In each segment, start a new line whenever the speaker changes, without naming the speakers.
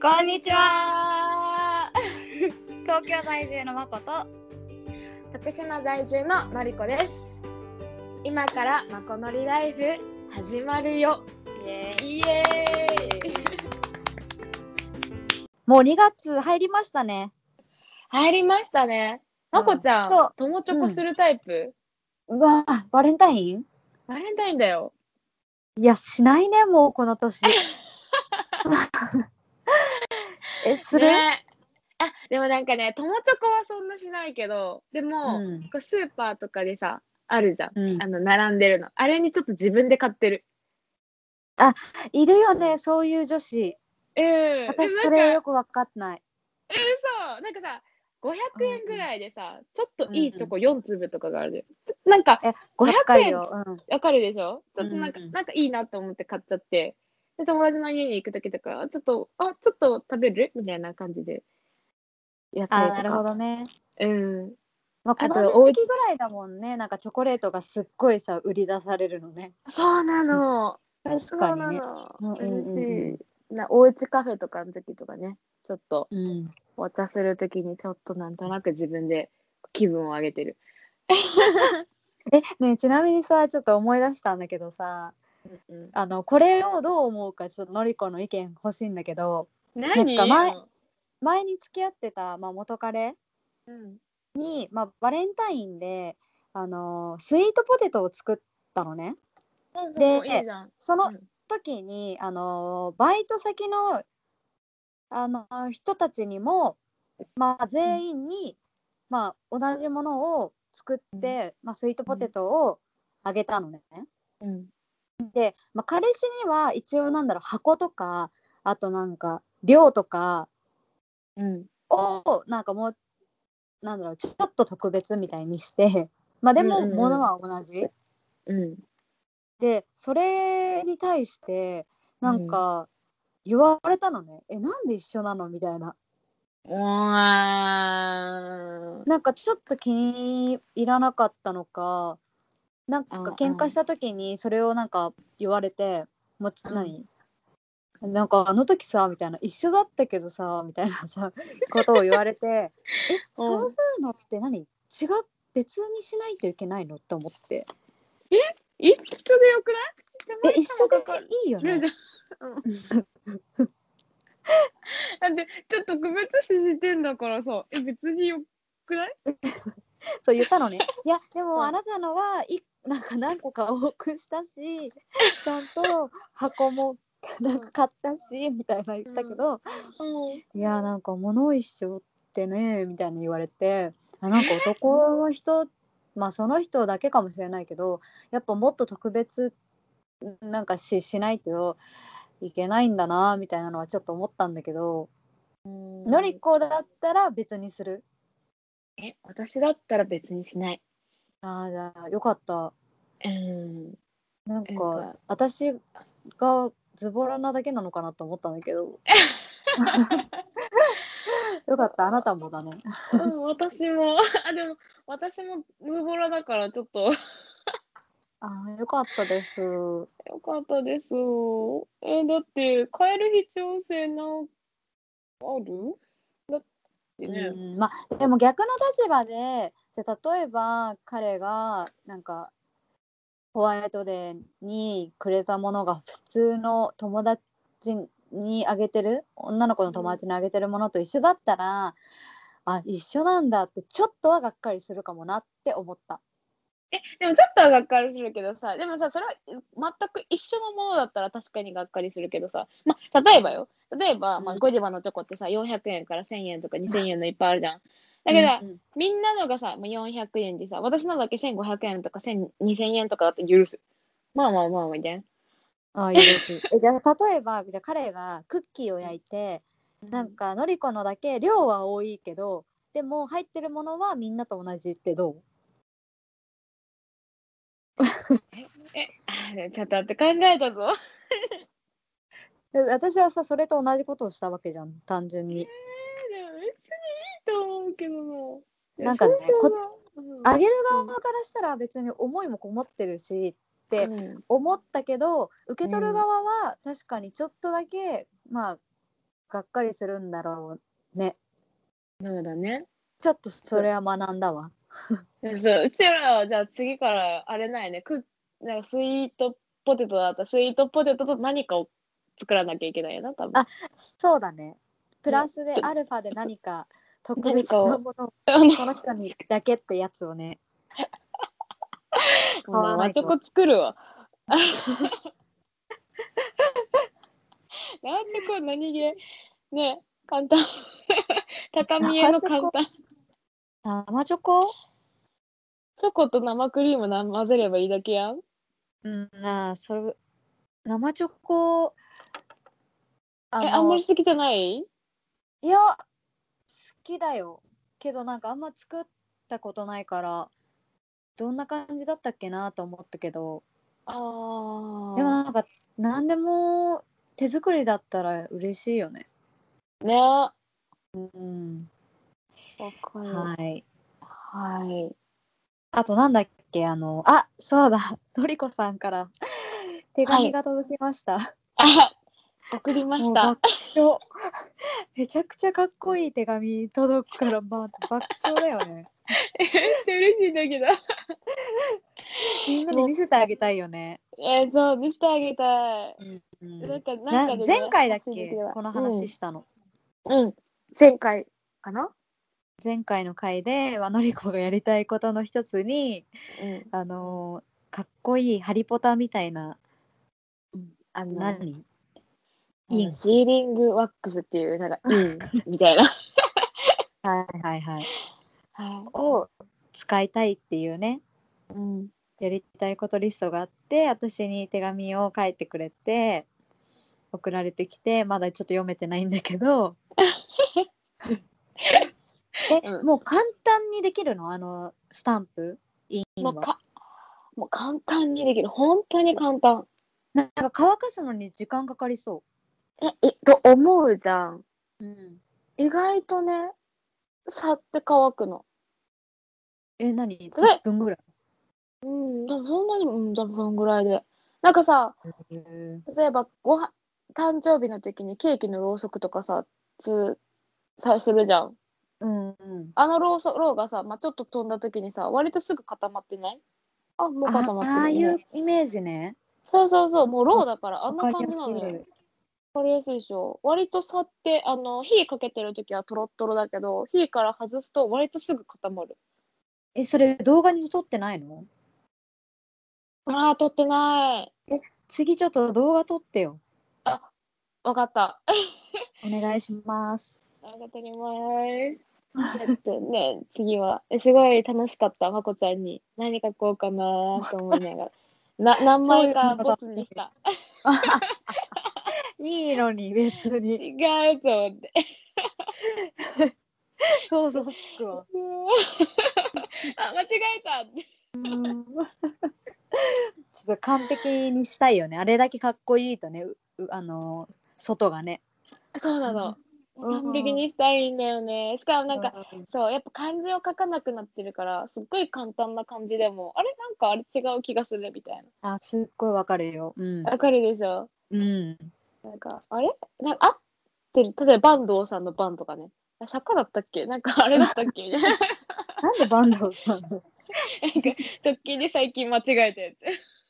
こんにちは
は
東京在住のまこと
徳島在住ののりこです今からまこのりライフ始まるよ
イエ
イエーイ
もう2月入りましたね
入りましたねまこちゃん
そう
友チョコするタイプ、
うわバレンタイン
バレンタインだよ
いやしないねもうこの 年えする、
ねあでもなんかね友チョコはそんなしないけどでも、
うん
こうスーパーとかでさあるじゃん、
うん
あの並んでるのあれにちょっと自分で買ってる
いるよねそういう女子
うん
私
で
そ
なんか
れよく分かんない
そうなんかさ500円ぐらいでさ、ちょっといいチョコ4粒とかがあるで、なんか
え
500
わかる
円わ
よ、うん、
かるでしょちょっとなんか,、
うんうん
なんかいいなと思って買っちゃってで友達の家に行く時とかちょっとあちょっと食べるみたいな感じでやった
あ
りと
な
か
るほどね
うん
まあ、こ
あと
の時
おう
期ぐらいだもんねなんかチョコレートがすっごいさ売り出されるのね
そうなの、
確
そ
か
うな
にね
の、
うんうんうん
嬉しいなおうちカフェとかの時とかねちょっと
うん
お茶する時にちょっとなんとなく自分で気分を上げてる、
えねえちなみにさちょっと思い出したんだけどさ
うんうん
あのこれをどう思うかちょっとのりこの意見欲しいんだけど
何
なんか前前に付き合ってた、まあ、元彼
うん
に、まあ、バレンタインであのスイートポテトを作ったのねで
いいじゃん
その
うん
時に、あのバイト先のあの人たちにも、まあ、全員に、まあ、同じものを作って、まあ、スイートポテトをあげたのね。
うん
で、まあ、彼氏には一応なんだろう箱とかあとなんか量とか
うん
をなんかもうなんだろうちょっと特別みたいにして まあでも
うんうんうん
物は同じ、
うん
でそれに対してなんか言われたのね、えなんで一緒なのみたいな
うわー
なんかちょっと気に入らなかったのかなんか
うんうん
喧嘩した時にそれをなんか言われて「もう
うん
何なんかあの時さ」みたいな「一緒だったけどさ」みたいなさことを言わ れて「え
うん
そういうのって何違う別にしないといけないの?」って思って
一緒でよくない
「え
で
一緒で
かか
いいよ
るじ
ね
ゃんうんだってちょっと特別視してんだからさえ別によくない」
そう言っ たのね「いやで
うん
もあなたのはいなんか何個か多くしたしちゃんと箱もなんか買ったし」みたいな言ったけど。いやなんか物一緒ってねみたいに言われてあなんか男の人まあその人だけかもしれないけどやっぱもっと特別なんかししないといけないんだなみたいなのはちょっと思ったんだけど、のりこだったら別にする
え私だったら別にしない
あーじゃあよかった
うん
なん
な
か
んか
私がズボラなだけなのかなと思ったんだけどよかったあなたもだね
うん私もあでも私もムーボラだからちょっと
あーよかったです
よかったですえだって変える必要性なあるだってね、
うんまあでも逆の立場でじゃあ例えば彼がなんかホワイトデーにくれたものが普通の友達にあげてる女の子の友達にあげてるものと一緒だったら、あ一緒なんだってちょっとはがっかりするかもなって思った。
でもちょっとはがっかりするけどさでもさそれは全く一緒のものだったら確かにがっかりするけどさ、まあ、例えばよ例えば、ま
う
あ、
ん
ゴディバのチョコってさ400円から1000円とか2000円のいっぱいあるじゃん。だけど、
うんうん
みんなのがさもう400円でさ私のだけ1500円とか1000 2000円とかだと許す。まあまあまあみたいな。
あいいです えじゃあ例えばじゃあ彼がクッキーを焼いてなんかのりこのだけ量は多いけどでも入ってるものはみんなと同じってどう
え、あ ちょっと待って考えたぞ。
で私はさそれと同じことをしたわけじゃん単純に
別にいいと思うけども。
なんかね
そう
あげる側からしたら別に思いもこもってるしって思ったけど受け取る側は確かにちょっとだけまあがっかりするんだろうね
そうだね。
ちょっとそれは学んだわ
そう、うちらはじゃあ次からあれないね。くなんかスイートポテトだったらスイートポテトと何かを作らなきゃいけないよな、多分。
あそうだねプラスでアルファで何か特別
何か
な
を
ものを
あの
この人にだけってやつをね買わな
マ
い
チ
と
ョコ作るわ。 なんでこう何気ね簡単 畳への簡単
生チョコ
チョコと生クリームな混ぜればいいだけやん
うんあーそれ生チョコあ
え
の
あんまり好きじゃない
いや好きだよけどなんかあんま作ったことないからどんな感じだったっけなと思ったけど
あ
でも
ー
なんか何でも手作りだったら嬉しいよね。
ねわ
うん、
かるは
はい。
い
あとなんだっけあのあそうだのりこさんから手紙が届きました。
あ送りま
も
し
う
た
爆笑。 めちゃくちゃかっこいい手紙届くから、まあ、爆笑だよね。
めっちゃ嬉しいんだけど
みんなに見せてあげたいよね。
えーそう見せてあげたい
うん
なんかなんか
な
でも
前回だっ
忘れ
け
てきたわ
この話したの、
うん、うん、前回かな
前回の回で和のりこがやりたいことの一つに
うん
あのーかっこいいハリポタみたいな
あの
何
イ
イ
ン
ン
シーリングワックスっていうなん かインみたいな、
はいはいはい
は
を使いたいっていうね
いうん、
やりたいことリストがあって私に手紙を書いてくれて送られてきてまだちょっと読めてないんだ けどえ、
うん
もう簡単にできるのあのスタンプイン
もう
は
かもう簡単にできる本当に簡単
なんか乾かすのに時間かかりそ
えいと思うじゃん
う。
意外とねさって乾くの
え、何一
え
分ぐらい。
うんでもそんなにうんでもそんぐらいでなんかさ例えばごは誕生日の時にケーキのろうそくとかさつさするじゃん
うんうん。
あのろうそろうがさ、まあ、ちょっと飛んだ時にさ割とすぐ固まってないあもう
あ
固まってる
ああい
ね
うイメージね。
そうそうそう、もうローだからあん
わか
な感
りや
じ
す
なのよ。
い。
わかりやすいでしょ。割と差って、あの、火かけてる時はトロットロだけど、火から外すと割とすぐ固まる。
え、それ動画に撮ってないの
ああ、撮ってない。
次ちょっと動画撮ってよ。
わかった。
お願いします。
ありがとうございます。だってね、次は。えすごい楽しかった、まこちゃんに。何書こうかなーと思い ながら。な何枚かボツにした。
いいのに別に。
違うと思って。
想像つく
う
わ。
わーあ、間違えたって。
ちょっと完璧にしたいよね。あれだけかっこいいとね、ううあのー外がね。
そうなの。
うん
完璧にしたいんだよね。しかもなんか、
う
そうやっぱ漢字を書かなくなってるからすっごい簡単な漢字でもあれなんかあれ違う気がするみたい
あ、すっごいわかるよ。うん
な。わかるでしょ
うん。
なんかあれなんか合ってる例えば坂東さんの番とかねあ坂だったっけなんかあれだったっけ なんか
なんで坂東さんの
直近で最近間違えたやつ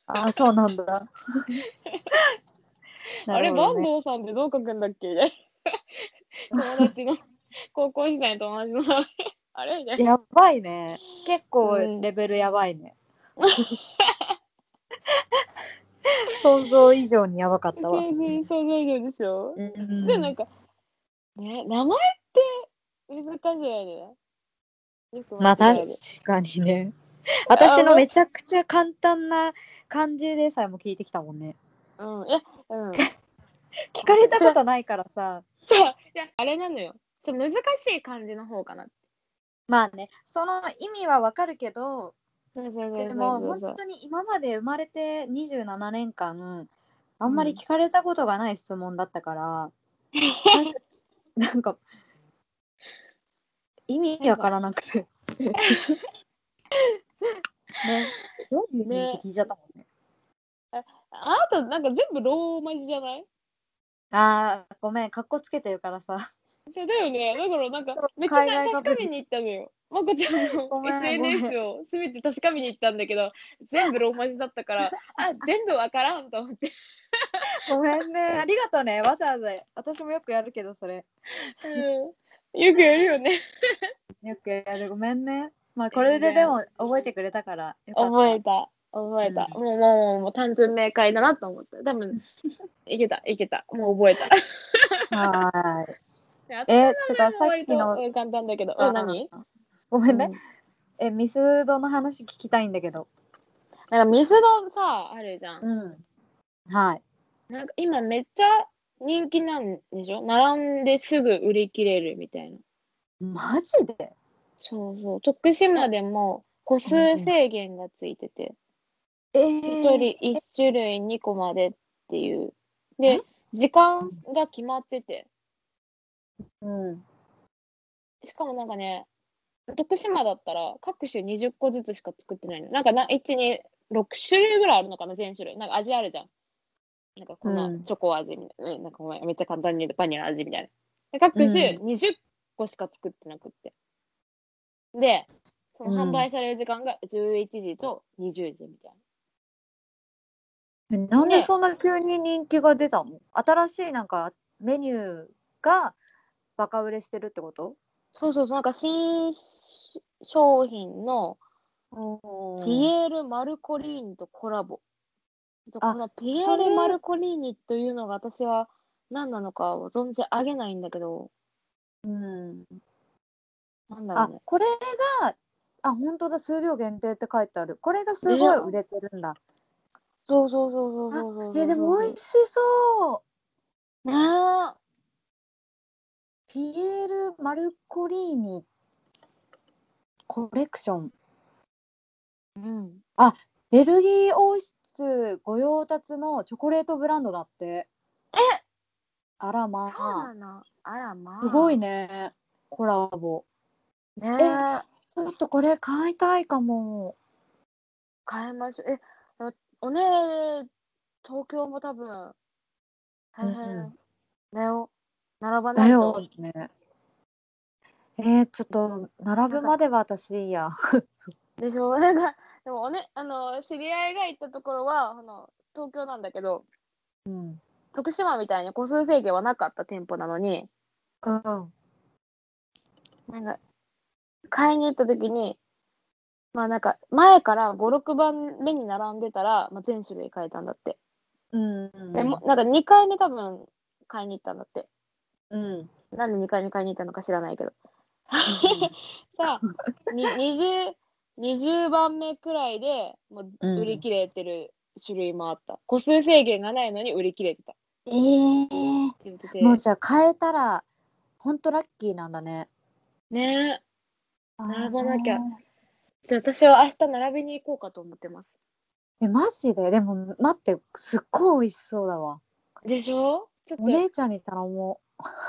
あ、そうな んだ。
あれ
バ
坂東さんってどう書くんだっけみ たいな友達の高校時代の友達の 名前あれみたいな
やばいね。結
うん
構レベルやば いね。想像以上にやばかったわ。
全然想像以上でしょ
うん
でなんか、ね、名前って難しいよね。よく
まあ
間違え
確
る
かにね。私のめちゃくちゃ簡単な感じでさえも聞いてきたもんね。
うん、いや、うん。
聞かれたことないからさ。
そう、いや、あれなのよ。ちょっと難しい感じの方かな。
まあね、その意味はわかるけど、
そうそうそう
で
そう
も
そう
本当に今まで生まれて27年間あんまり聞かれたことがない質問だった から、なんかなんか意味わからなくてねどういう意味って聞いちゃったもんね
あなた、なんか全部ローマ字じゃない
あーごめんかっこつけてるからさ
そうだよね。だからなんか
そう
めっちゃ
海外
な
が
確かめに行ったのよ。まこちゃん の
ごめんごめん
SNS をすべて確かめに行ったんだけど、全部ローマ字だった から、あ全部わからんと思って。
ごめんねありがとうねわざわざ私もよくやるけどそれ
うんよくやるよね。
よくやるごめんねまあこれででも覚えてくれたからよかった
覚えた。覚えた。もうもうもうもう単純明快だなと思った。多 分いけたいけた。もう覚えた。
はーい
あと
えつかさっ
割
き
と
の
うん簡単だけど。
あ
うん何？
ごめんね、
うん
えミスドの話聞きたいんだけど
なんかミスドさあるじゃん。
うんはい
なんか今めっちゃ人気なんでしょ？並んですぐ売り切れるみたいな。
マジで
そうそう徳島でも個数制限がついてて、
え
一
ー、
人一種類二個までっていうで
え
時間が決まってて
うん
しかもなんかね徳島だったら各種20個ずつしか作ってないのなんかな126種類ぐらいあるのかな全種類なんか味あるじゃんなんかこん
う
なんチョコ味みたいな,、なんかごめんめっちゃ簡単に言うとバニラ味みたいなで各種20個しか作ってなくってでその販売される時間が11時と20時みたい
えなんでそんな急に人気が出たの新しいなんかメニューがバカ売れしてるってこと
なそうそうそうなんか新商品のピエール・マルコリーニとコラボ。ちょっと
あ
このピエー
そ
ル・
れ
マルコリーニというのが私は何なのかを存じ上げないんだけど、
うん、
なんだろ
あ
うね。
これがあ本当だ数量限定って書いてあるこれがすごい売れてるんだ
そうそうそうそうそうそうそう。
えでも美味しそう
ねえ
ピエール・マルコリーニコレクション
うん。
ベルギー王室御用達のチョコレートブランドだって
え
あらま
そう
あ
なのあらまあ。
すごいねコラボ
ねえ。
えちょっとこれ買いたいかも
買いましょう。え、でもおね東京も多分、大
うんう
変だよ。並ばな
だ
い
よ
と。
ねえー、ちょっと並ぶまでは私いいや
でしょ なんか、でもおね、あの、知り合いが行ったところは、あの、東京なんだけど、
うん
徳島みたいに個数制限はなかった店舗なのに
うん
なんか買いに行った時にまあなんか前から56番目に並んでたら、まあ、全種類買えたんだって、
うん
でもなんか2回目多分買いに行ったんだって
うん
なんで2回目買いに行ったのか知らないけど さあに 20, 20番目くらいでもう
うん
売り切れてる種類もあった、個数制限がないのに売り切れてたっ
え ー、
て言ってて
もうじゃあ変えたら本当ラッキーなんだね
ねえ並ばなきゃ
あー
じゃあ私は明日並びに行こうかと思ってます。
えマジででも待ってすっごい美味しそうだわ
でしょちょ
お
っ
姉ちゃんに頼も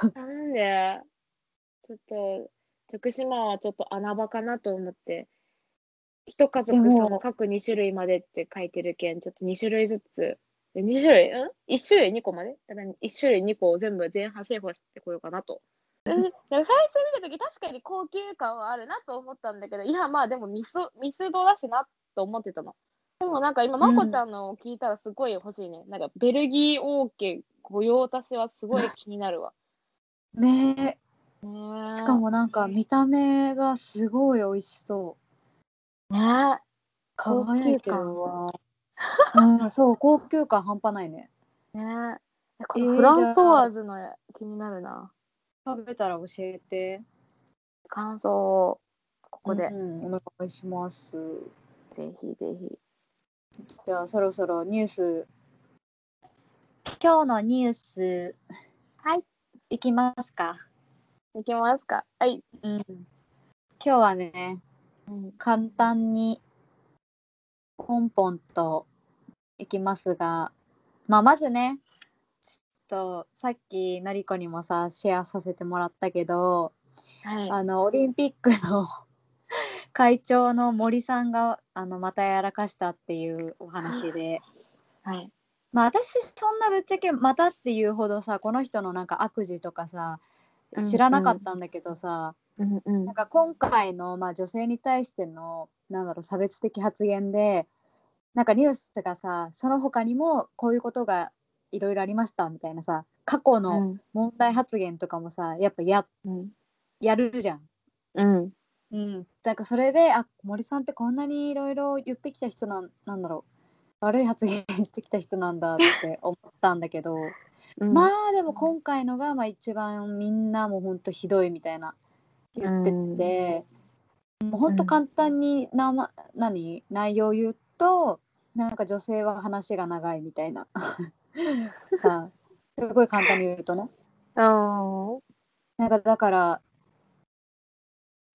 と 頼んで、ちょっと徳島はちょっと穴場かなと思って、一家族
で
そ
も
の各2種類までって書いてるけん、ちょっと2種類ずつ、え2種類うん ?1 種類2個までだから1種類2個を全部前半制覇してこようかなと。うんだから最初見た時確かに高級感はあるなと思ったんだけど、いやまあでもミスミスドだしなと思ってたの。でもなんか今、まこちゃんのを聞いたらすごい欲しいね。なんかベルギー王家御用達はすごい気になるわ。
うね
ね
え
え
しかもなんか見た目がすごい美味しそう
ねえ高級感
輝いてるわうんそう高級感半端ないね
ねええこ
え
の
ー
フランソワーズの気になるな。
食べたら教えて
感想をここで、
うんうん、お願いします
ぜひぜひ。
じゃあそろそろニュース今日のニュース
はい。
いきますか
いきますか。はい。
うん今日はね
うん、
簡単にポンポンといきますが、まあ、まずねちょっとさっきのりこにもさシェアさせてもらったけど
はい。
あのオリンピックの 会長の森さんがあのまたやらかしたっていうお話で、
はい。
まあ私そんなぶっちゃけまたっていうほどさこの人のなんか悪事とかさ知らなかったんだけどさ、
うんうん
なんか今回の、まあ、女性に対してのなんだろう差別的発言でなんかニュースがさその他にもこういうことがいろいろありましたみたいなさ過去
う
の
ん
問題発言とかもさやっぱや
うん
やるじゃん。
うん
うん、なんかそれであ森さんってこんなにいろいろ言ってきた人なんなんだろう悪い発言してきた人なんだって思ったんだけど、
うん
まあでも今回のがまあ一番みんなもほんとひどいみたいな言ってて、もうほんと簡単にな、ま、何内容言うとなんか女性は話が長いみた いなさすごい簡単に言うとね
あー
なんかだから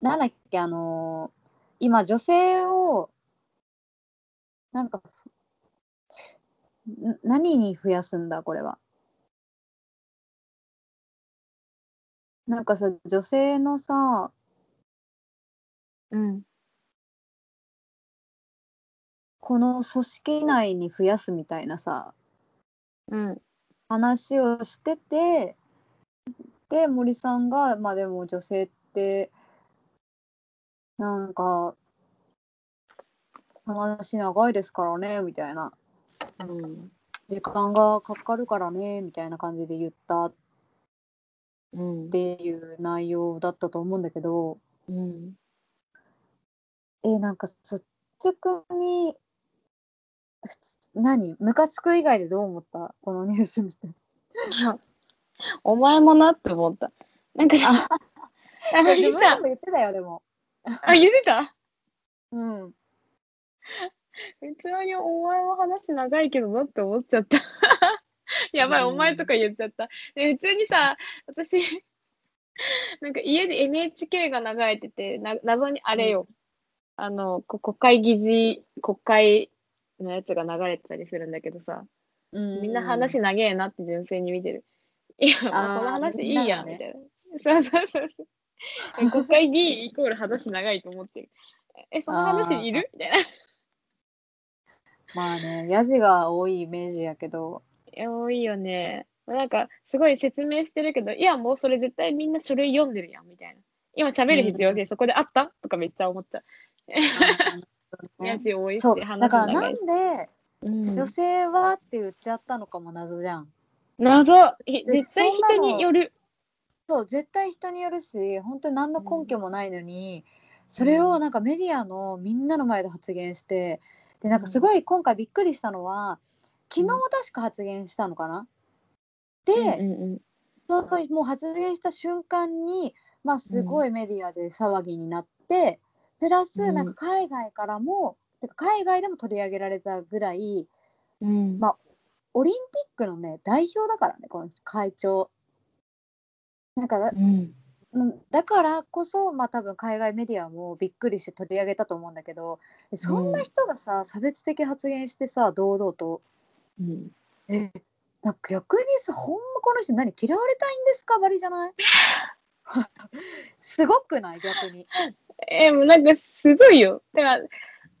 なんだっけあのー今女性をなんかふん何に増やすんだこれは。なんかさ女性のさ
うん
この組織内に増やすみたいなさ
うん
話をしててで森さんがまあでも女性ってなんか話長いですからねみたいな
うん
時間がかかるからねみたいな感じで言ったっ
うん
ていう内容だったと思うんだけど
うん
えなんか率直に普通何ムカつく以外でどう思ったこのニュース 見て。
いや お前もなって思ったなんかさ あ
自
言っ
分
た
でも言ってたよでも。
あ言ってた
うん
普通にお前は話長いけどなって思っちゃった やばい、
うん
お前とか言っちゃったで普通にさ私 なんか家で NHK が流れててな謎にあれよ、あのこ国会議事国会のやつが流れてたりするんだけどさみんな話長えなって純粋に見てるいやまあ
あー
この話いいや
み
み
んな
たいな、そうそうそうそう 国会議員イコール話長いと思ってるえその話いるみたいな
まあね、ヤジが多いイメージや けど、
いや多いよね。なんかすごい説明してるけど、いやもうそれ絶対みんな書類読んでるやんみたいな。今喋る必要性そこであったとかめっちゃ思っちゃう。
ね
やつ多いし
そう、
話
だから
長
ない
し
んで、
うん
女性はって言っちゃったのかも謎じゃん。
謎い絶対人による。
そう、絶対人によるし、本当に何の根拠もないのに、それをなんかメディアのみんなの前で発言して、で、なんかすごい今回びっくりしたのは、昨日確か発言したのかなで、
うんうん
そのもう発言した瞬間に、まあ、すごいメディアで騒ぎになって、プラ
う
ス
ん
なんか海外からも、てか海外でも取り上げられたぐらい
うん
まオリンピックのね代表だからねこの人会長。なんかだ
うん
うんだからこそ、まあ、多分海外メディアもびっくりして取り上げたと思うんだけどそんな人がさ、差別的発言してさ堂々と
うん
なんか逆にさほんまこの人何嫌われたいんですかばりじゃない すごくない逆に。
えもうなんかすごいよ。だから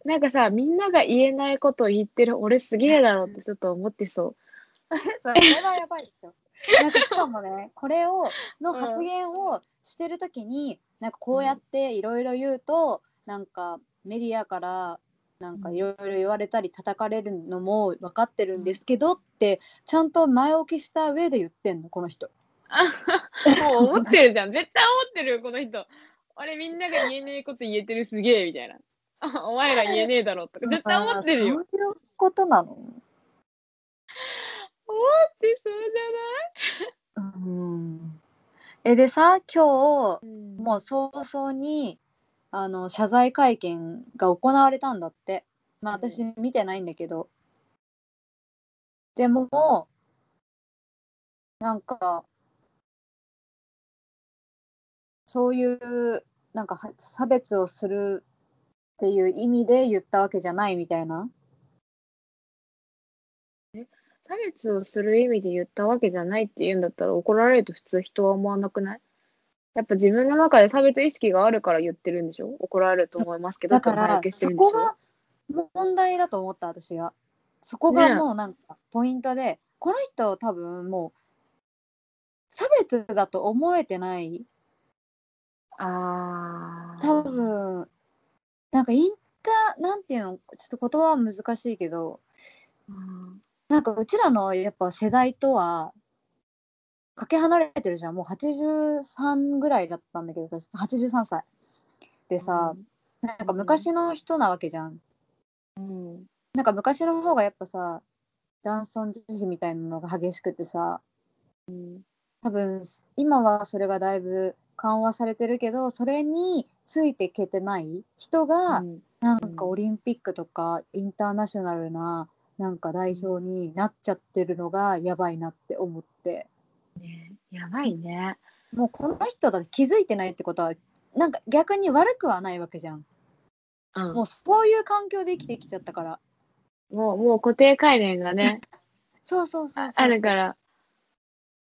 なんかさみんなが言えないことを言ってる俺すげえだろうってちょっと思ってそ
それはやばいですよ。なんかしかもねこれをの発言をしてる時に、なんかこうやっていろいろ言うと、なんかメディアからなんかいろいろ言われたり叩かれるのも分かってるんですけどってちゃんと前置きした上で言ってんのこの人。
う。もう思ってるじゃん。絶対思ってるよこの人。俺みんなが言えねえこと言えてるすげえみたいな。 あお前ら言えねえだろとか絶対思ってるよ。
あーそういうことなの
でそう
うんえでさ今日
じゃない。
もう早々にあの謝罪会見が行われたんだってまあ
うん
私見てないんだけど、でもなんかそういうなんかは差別をするっていう意味で言ったわけじゃないみたいな
差別をする意味で言ったわけじゃないって言うんだったら怒られると普通人は思わなくない？やっぱ自分の中で差別意識があるから言ってるんでしょ？怒られると思いますけど
だ
って
か
前
ら
置きして
そ
るんでし
こ
ょ
が問題だと思った私がそこが
ね
もうなんかポイントで、この人多分もう差別だと思えてない
あー
多分なんかインターなんていうのちょっと言葉は難しいけど
うん
なんかうちらのやっぱ世代とはかけ離れてるじゃんもう83ぐらいだったんだけど私83歳でさ、なんか昔の人なわけじゃん
うん
なんか昔の方がやっぱさ男尊女卑みたいなのが激しくてさ
うん
多分今はそれがだいぶ緩和されてるけどそれについていけてない人が
うん
なんかオリンピックとかインターナショナルななんか代表になっちゃってるのがやばいなって思って
やばいね
もうこの人だって気づいてないってことはなんか逆に悪くはないわけじゃん
うん
もうそういう環境で生きてきちゃったから
もうもう固定概念がね
そうそうそうそう
ああるから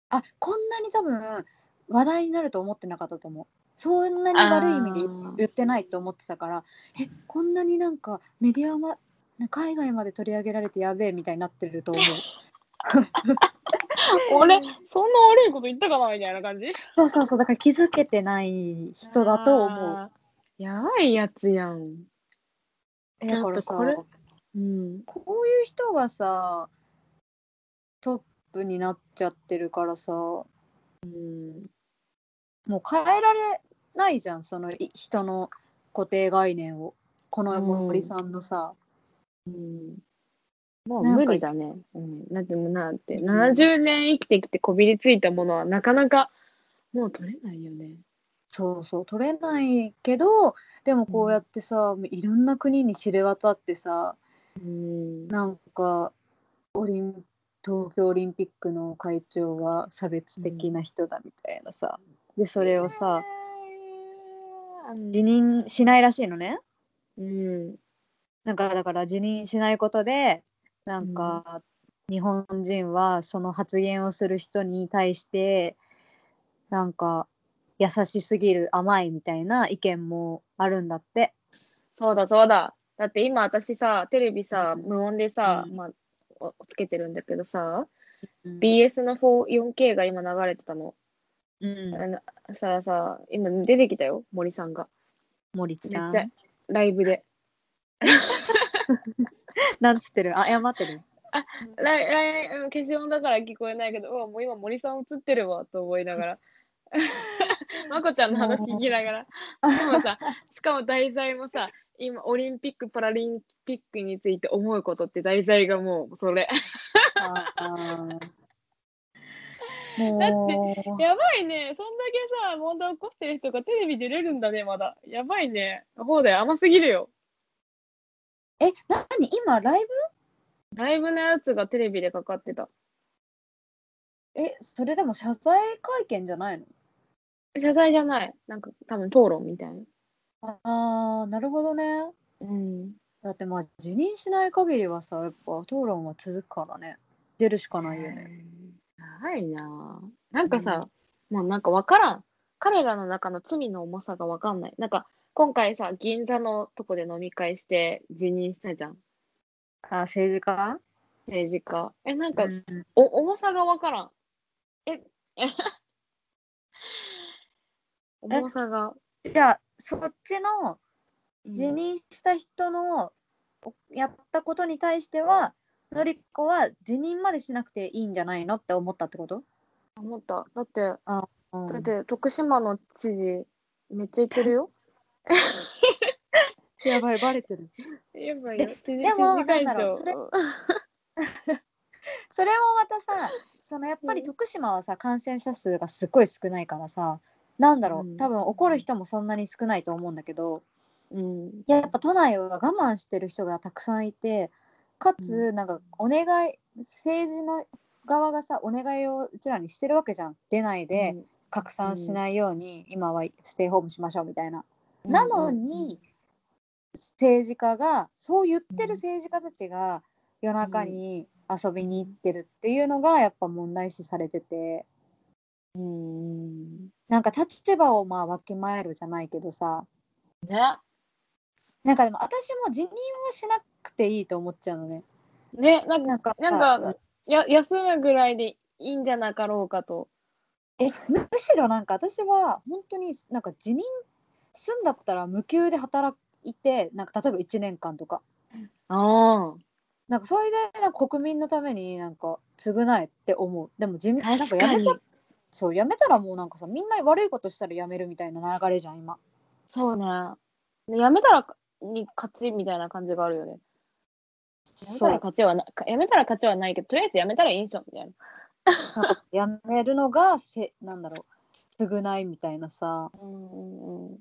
あこんなに多分話題になると思ってなかったと思うそんなに悪い意味で
あー
言ってないと思ってたからえこんなになんかメディアま海外まで取り上げられてやべえみたいになってると 思う
俺そんな悪いこと言ったかなみたいな感じ
そうそうそうだから気づけてない人だと思う
あーやばいやつやん
えだから
ち
さ
ょっとこれうん
こういう人がさトップになっちゃってるからさも
うん
う変えられないじゃんそのい人の固定概念をこの森さんのさ、
うんもう
なんか
無理だね。うん、だってもうなんて、
うん
70年生きてきてこびりついたものはなかなかもう取れないよね。
そうそう取れないけどでもこうやってさ、いろんな国に知れ渡ってさ
うん、
なんかオリン東京オリンピックの会長は差別的な人だみたいなさ、でそれをさ
うん、
辞任しないらしいのね
うん、
なんかだから辞任しないことでなんか日本人はその発言をする人に対してなんか優しすぎる甘いみたいな意見もあるんだって。
そうだそうだ。だって今私さ、テレビさ、無音でさ、
うん
まあ、おつけてるんだけどさ、BS の 4K が今流れてたの。
うん
あのそしたらさ、今出てきたよ、森さんが。
森ち
め
ゃ
っちゃ
ん。
ライブで。
なんつってるあ謝ってる。
ライライうん消し音だから聞こえないけど、うわ、もう今森さん映ってるわと思いな がら。まこちゃんの話聞きながら。でもさ、しかも題材もさ、今オリンピック・パラリンピックについて思うことって題材がもうそれ。
あーも
やばいね。そんだけさ、問題起こしてる人がテレビ出れるんだね、まだ。やばいね。ほうだよ、甘すぎるよ。
うえなに今ライ
ライブのやつがテレビでかかってた。
ブえそれでも謝罪会見じゃないの
謝罪じゃない。なんか多分討論みたいな。
あーなるほどね。
うん。
だってまあ辞任しない限りはさやっぱ討論は続くからね出るしかないよね。
ないなあなんかさ、もうなんか分からん彼らの中の罪の重さが分かんないなんか今回さ銀座のとこで飲み会して辞任したじゃん
あ政治家
政治家えなんか、
うん
お重さが分からんえ 重さが
じゃあそっちの辞
うん
任した人のおやったことに対しては、のりこは辞任までしなくていいんじゃないのって思ったってこと、
思っただってだ
うん
って徳島の知事めっちゃ言ってるよ
やばいバレてる
やばいよ知事
でも
知事会
なんだろ
長
うそれ
うん
それもまたさそのやっぱり
うん
徳島はさ感染者数がすごい少ないからさなんだろ
うん
う多分怒る人もそんなに少ないと思うんだけど
うん
やっぱ都内は我慢してる人がたくさんいてかつなんかお願い政治の側がさお願いをうちらにしてるわけじゃん出ないで、拡散しないように、今はステイホームしましょうみたいな。
うん
なのに、政治家がそう言ってる
うん
政治家たちが夜中に遊びに行ってるっていうのがやっぱ問題視されてて
うん
なんか立場をまあわきまえるじゃないけどさ
ね
なんかでも私も辞任はしなくていいと思っちゃうのね。
ね、なんか、
なん
な
か
んかや休むぐらいでいいんじゃなかろうかと。
えむしろなんか私は本当になんか辞任すんだったら無給で働いてなんか例えば1年間とか
あ
なんかそれでなんか国民のためになんか償えって思うでも辞
あ、
めなんか
確
や
か
め
に
ちゃ。そうやめたらもうなんかさみんな悪いことしたらやめるみたいな流れじゃん今
そうね。やめたらに勝ちみたいな感じがあるよね。やめた
そ
ら
う
勝ちはな、やめたら勝ちはないけど、とりあえずやめたらいいんしょみたいな。
やめるのがせなんだろう償いみたいなさ
うんうんうん。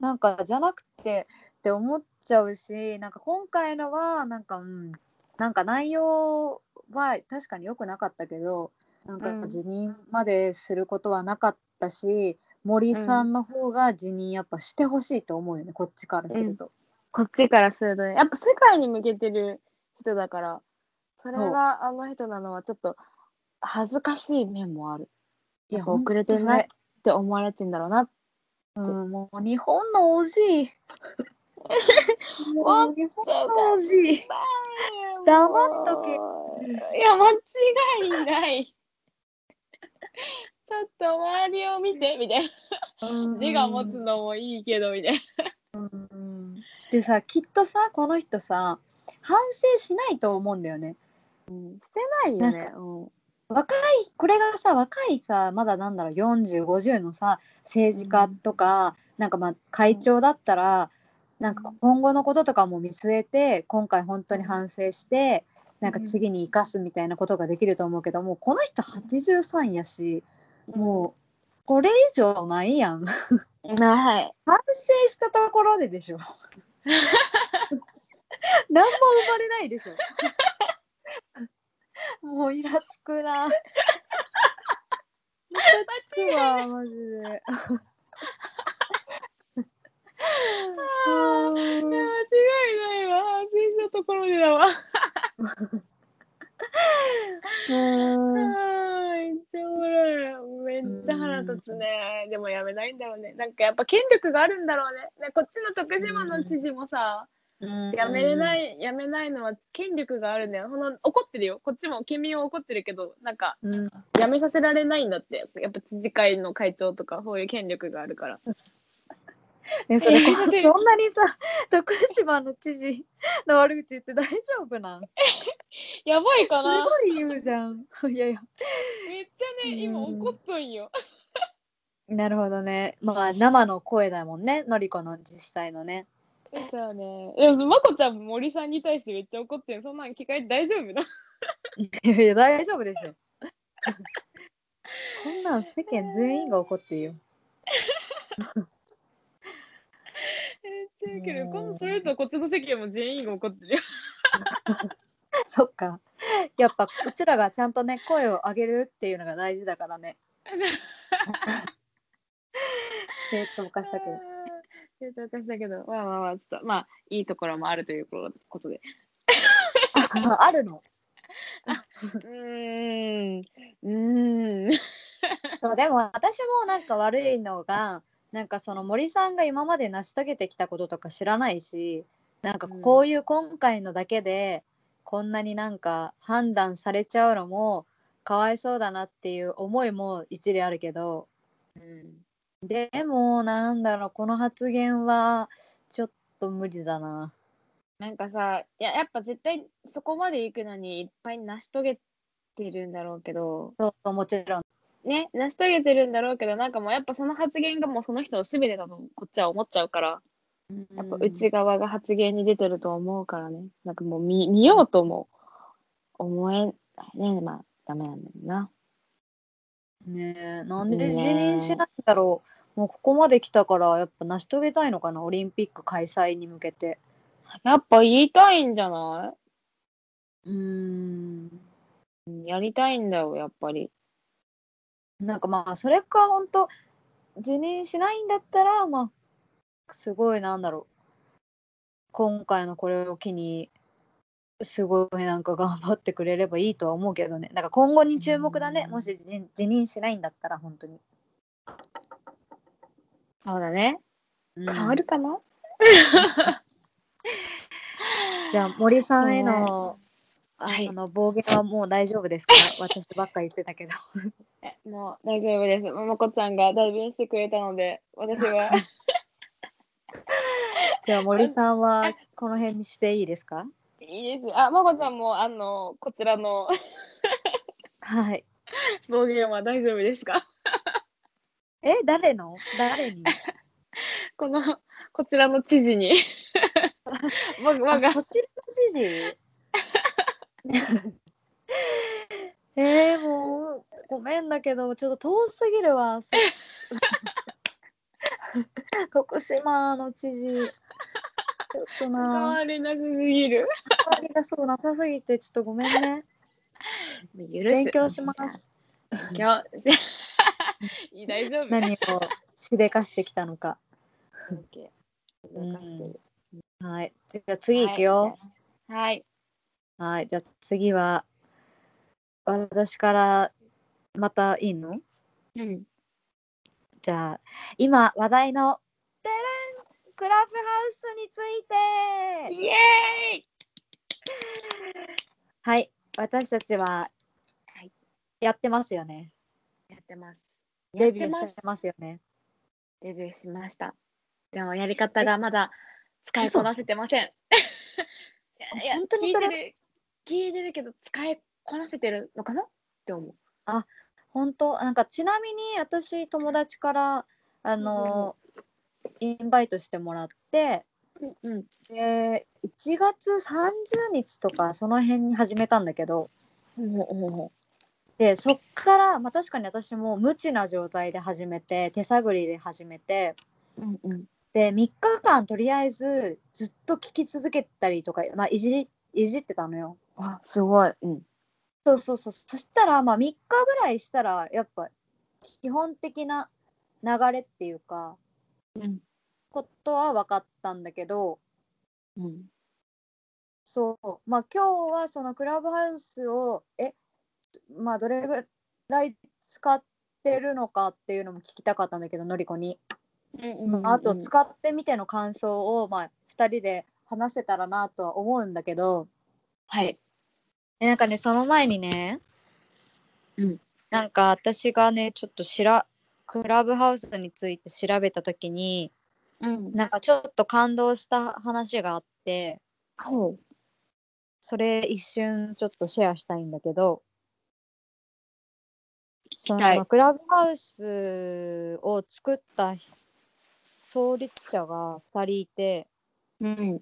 なんかじゃなくてって思っちゃうしなんか今回のはなんかうんなんか内容は確かに良くなかったけどなん
う
か
ん
辞任まですることはなかったし、森さんの方が辞任やっぱしてほしいと思うよねこっちからすると。
こっちからするとね、やっぱ世界に向けてる人だから、それがあの人なのはちょっと恥ずかしい面もある。
い
やっぱ遅れて
ほんとそ
ないって思われてんだろうな。
うん、もう日本の OG。もう日本の OG。黙っとけ
いや、間違いない。 ちょっと周りを見てみたいな。自我持つのもいいけどみたいな。
うんでさきっとさこの人さ反省しないと思うんだよね。
してないよね。うん
若いこれがさ若いさまだなんだろう4050のさ政治家とか、なんかまあ会長だったら、なんか今後のこととかも見据えて今回本当に反省して、なんか次に生かすみたいなことができると思うけどもうこの人83やし、もうこれ以上ないやん
うん。ない。
反省したところ ででしょ何も生まれないでしょもうイラつくなイラつくわマジでうーん
いや間違いないわ。安心したところでだわ。
うん、
はい、めっちゃおもろい。めっちゃ腹立つね。でもやめないんだろうね。なんかやっぱ権力があるんだろうね。ねこっちの徳島の知事もさ、やめれないい、やめないのは権力があるんだよ。その怒ってるよ。こっちも県民は怒ってるけど、なんか
うん、
やめさせられないんだって。やっぱ知事会の会長とかそういう権力があるから。
ねそれこそそんなにさ徳島の知事の悪口言って大丈夫なんす
やばいかな。
ごい言うじゃんいやいや
めっちゃね、今
うん
怒っとんよ。
なるほどね。まあ生の声だもんね、のりこの実際のね。
じゃあね。でもまこちゃんも森さんに対してめっちゃ怒ってる。そんなん聞かれて大丈夫だ。
いやいや大丈夫でしょ。 こんなん世間全員が怒ってるよ。
めっちゃウケる。
うん
今度それとこっちの席も全員が怒ってるよ。
そっか。やっぱうちらがちゃんとね声を上げるっていうのが大事だからね。正当化したけど。
えっと私だけど、まあまあまあ、ちょっと、まあ、いいところもあるということ で。
ああるの。
うーん。うーん。
そうでも私もなんか悪いのがなんかその森さんが今まで成し遂げてきたこととか知らないしなんかこういう今回のだけでこんなになんか判断されちゃうのもかわいそうだなっていう思いも一理あるけどでもなんだろうこの発言はちょっと無理だな。
なんかさ、いや、やっぱ絶対そこまで行くのにいっぱい成し遂げてるんだろうけど、
そうそうもちろん
ね、成し遂げてるんだろうけど、なんかもうやっぱその発言がもうその人の全てだとこっちは思っちゃうから、やっぱ内側が発言に出てると思うからね、なんかもう見見ようとも思えないね、まあダメなんだよな。
ねえなんで辞任しないんだろうもうここまで来たからやっぱ成し遂げたいのかなオリンピック開催に向けて。
やっぱ言いたいんじゃな
うーん
いうんやりたいんだよ、やっぱり。
なんかまあそれか本当辞任しないんだったらまあすごいなんだろう今回のこれを機にすごいなんか頑張ってくれればいいとは思うけどねなんか今後に注目だね
うん
もし辞辞任しないんだったら本当に、
そうだね。
うん
変わるかな、
じゃあ森さんへの、あ
はい
あの暴言はもう大丈 夫ですか私ばっかり言ってたけど。
えもう大丈夫です。ももこちゃんが代弁してくれたので、私は。
じゃあ森さんはこの辺にしていいですか
いいです。あ、まこちゃんも、あの、こちらの
はい。
暴言は大丈夫ですか
え、誰の誰に
この、こちらの知事に 僕、僕
あ
が、
そっちの指示 えー、もうごめんだけどちょっと遠すぎるわ。そ 徳島の知事。ちょっと
変
な。
わりなさすぎる。
周りがそうなさすぎてちょっとごめんね。
もう許す
勉強しま。す。
勉強。 いい大丈夫。
何をしでかしてきたのか。
OK
う
了
ん
解してる
はい。じゃあ次行くよ。。
はい。
はい。じゃあ次は私からまたいいの？
うん。
じゃあ今話題のテレンクラブハウスについて。
イエーイ
はい。私たちは
はい
やってますよね。
やってます。
デビュー
や
し
って
てますよね。
デビューしました。でもやり方がまだ使いこなせてません。 いやいや
本当に
聞い
そ
て
れ
る聞いてるけど使いこなせてるのかなって思う。
本当なんかちなみに私友達からあの、インバイトしてもらって
うんうん
で1月30日とかその辺に始めたんだけど
ほうほうほ
でそっから、まあ、確かに私も無知な状態で始めて手探りで始めて
う。うんうん
で3日間とりあえずずっと聞き続けたりとか、まあ、いじりいじってたのよ。
わすごい。うん。
そうそうそうそしたら、まあ、3日ぐらいしたらやっぱ基本的な流れっていうか
うん
ことは分かったんだけど
うん。
そうまあ今日はそのクラブハウスをえまあどれぐらい使ってるのかっていうのも聞きたかったんだけどのりこに、
うんうん
まあ、あと使ってみての感想を、まあ、2人で話せたらなとは思うんだけど
はい。
えなんかねその前にね、
うん
なんか私がねちょっとしらクラブハウスについて調べた時に
うん。
なんかちょっと感動した話があって。
ほ
それ一瞬ちょっとシェアしたいんだけどそ
たい
のクラブハウスを作った創立者が2人いて
う。うん。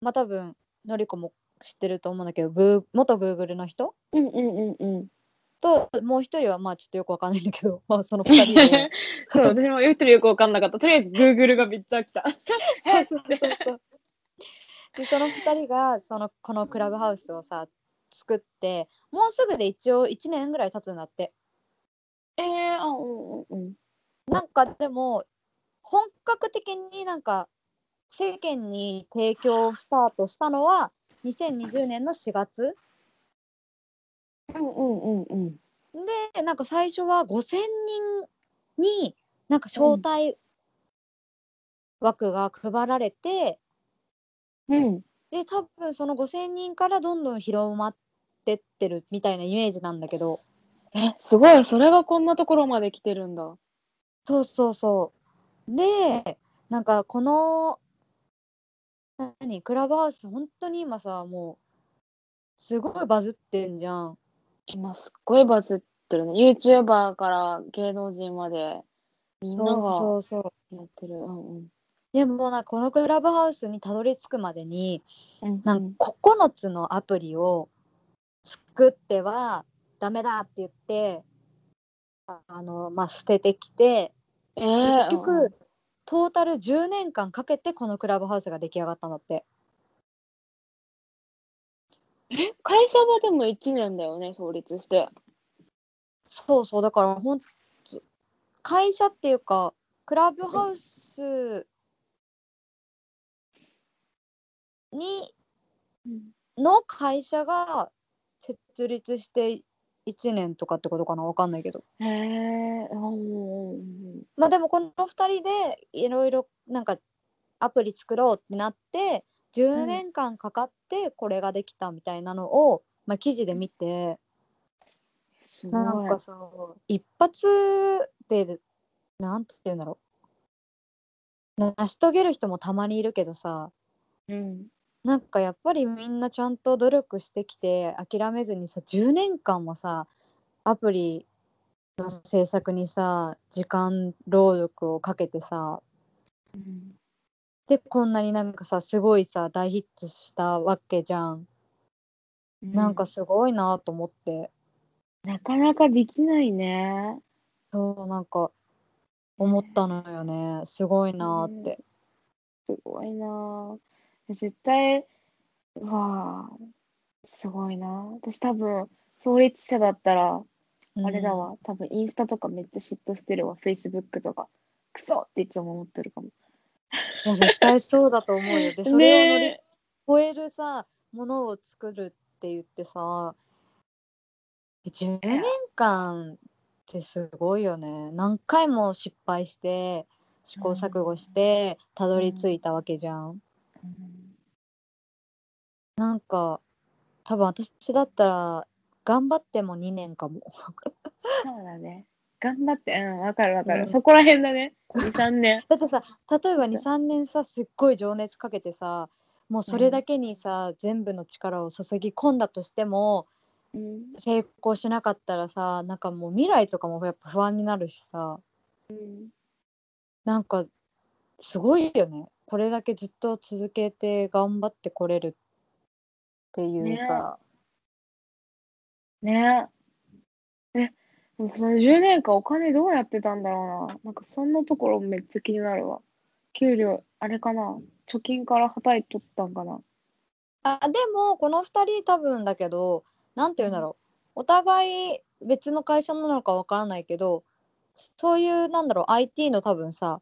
まあ多分のりこも知ってると思うんだけどグー元グーグルの人
うんうんうん うん。
ともう1人はまあちょっとよくわかんないんだけど、ま あ、その2人で
そう私も言ってるよくわかんなかった。とりあえず Google がめっちゃ来た。
そうそうそうそうでその2人がそのこのクラブハウスをさ作ってもうすぐで一応1年ぐらい経つんだって。
えー、あうんうんうん。
なんかでも本格的になんか世間に提供スタートしたのは2020年の4月
うんうんうんうん。
でなんか最初は5,000人になんか招待枠が配られて、
うん。
で多分その5,000人からどんどん広まってってるみたいなイメージなんだけど
え、すごい、それがこんなところまで来てるんだ。
そうそうそうでなんかこの何クラブハウス本当に今さもうすごいバズってんじゃん
今すっごいバズってるね。YouTuber から芸能人までみんなが
そうそうそう
やってる。うんうん
でもなんかこのクラブハウスにたどり着くまでに
うん
な
うん
んか9つのアプリを作ってはダメだって言ってああの、まあ、捨ててきて
え
結
ー、
局、トータル10年間かけてこのクラブハウスが出来上がったんだって。
会社はでも1年だよね、創立して。
そうそうだからほんつ会社っていうかクラブハウスにの会社が設立して1年とかってことかなわかんないけど
へえー、うんうんうん
まあでもこの2人でいろいろなんかアプリ作ろうってなって
う
10
ん
年間かかってこれができたみたいなのを、まあ、記事で見て
すごい。
なんかそう一発でなんて言うんだろう成し遂げる人もたまにいるけどさ
うん、
なんかやっぱりみんなちゃんと努力してきて諦めずにさ10年間もさアプリの制作にさ時間労力をかけてさ
うん
でこんなになんかさすごいさ大ヒットしたわけじゃん、なんかすごいなと思って
なかなかできないね。
そうなんか思ったのよねすごいなって、
すごいなぁ。絶対、うわあ、すごいなぁ。私多分、創立者だったら、あれだわ、多分インスタとかめっちゃ嫉妬してるわ、Facebook とか。クソっていつも思ってるかも。
いや絶対そうだと思うよでそれを乗り
ね
超えるさものを作るって言ってさ10年間ってすごいよね何回も失敗して試行錯誤してたどり着いたわけじゃん、
え
なんか多分私だったら頑張っても2年かも
そうだね。頑張って、うん、わかるわかる。
うん
そこら辺だね。2、3年。
だってさ例えば23年さすっごい情熱かけてさもうそれだけにさ、全部の力を注ぎ込んだとしても
うん。
成功しなかったらさなんかもう未来とかもやっぱ不安になるしさ
うん
なんかすごいよねこれだけずっと続けて頑張ってこれるっていうさ、
ねえ。ね、でもその10年間お金どうやってたんだろうな。なんかそんなところめっちゃ気になるわ。給料、あれかな。貯金からはたいとったんかな。
あでもこの2人多分だけどなんて言うんだろうお互い別の会社なのかわからないけどそういうなんだろう IT の多分さ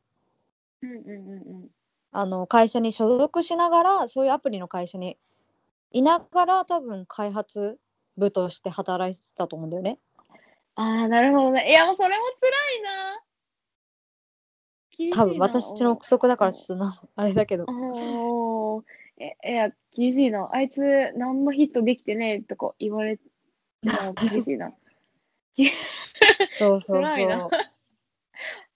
うんうんうん
あの会社に所属しながらそういうアプリの会社にいながら多分開発部として働いてたと思うんだよね。
うん。ああ、なるほどね。いや、もうそれも辛いな。厳しいな
多分私の憶測だからちょっとなあれだけど
おおえ、いや、厳しいな。あいつ、何もヒットできてねえとか言われもう厳しいな。
そうそう
辛いな
そう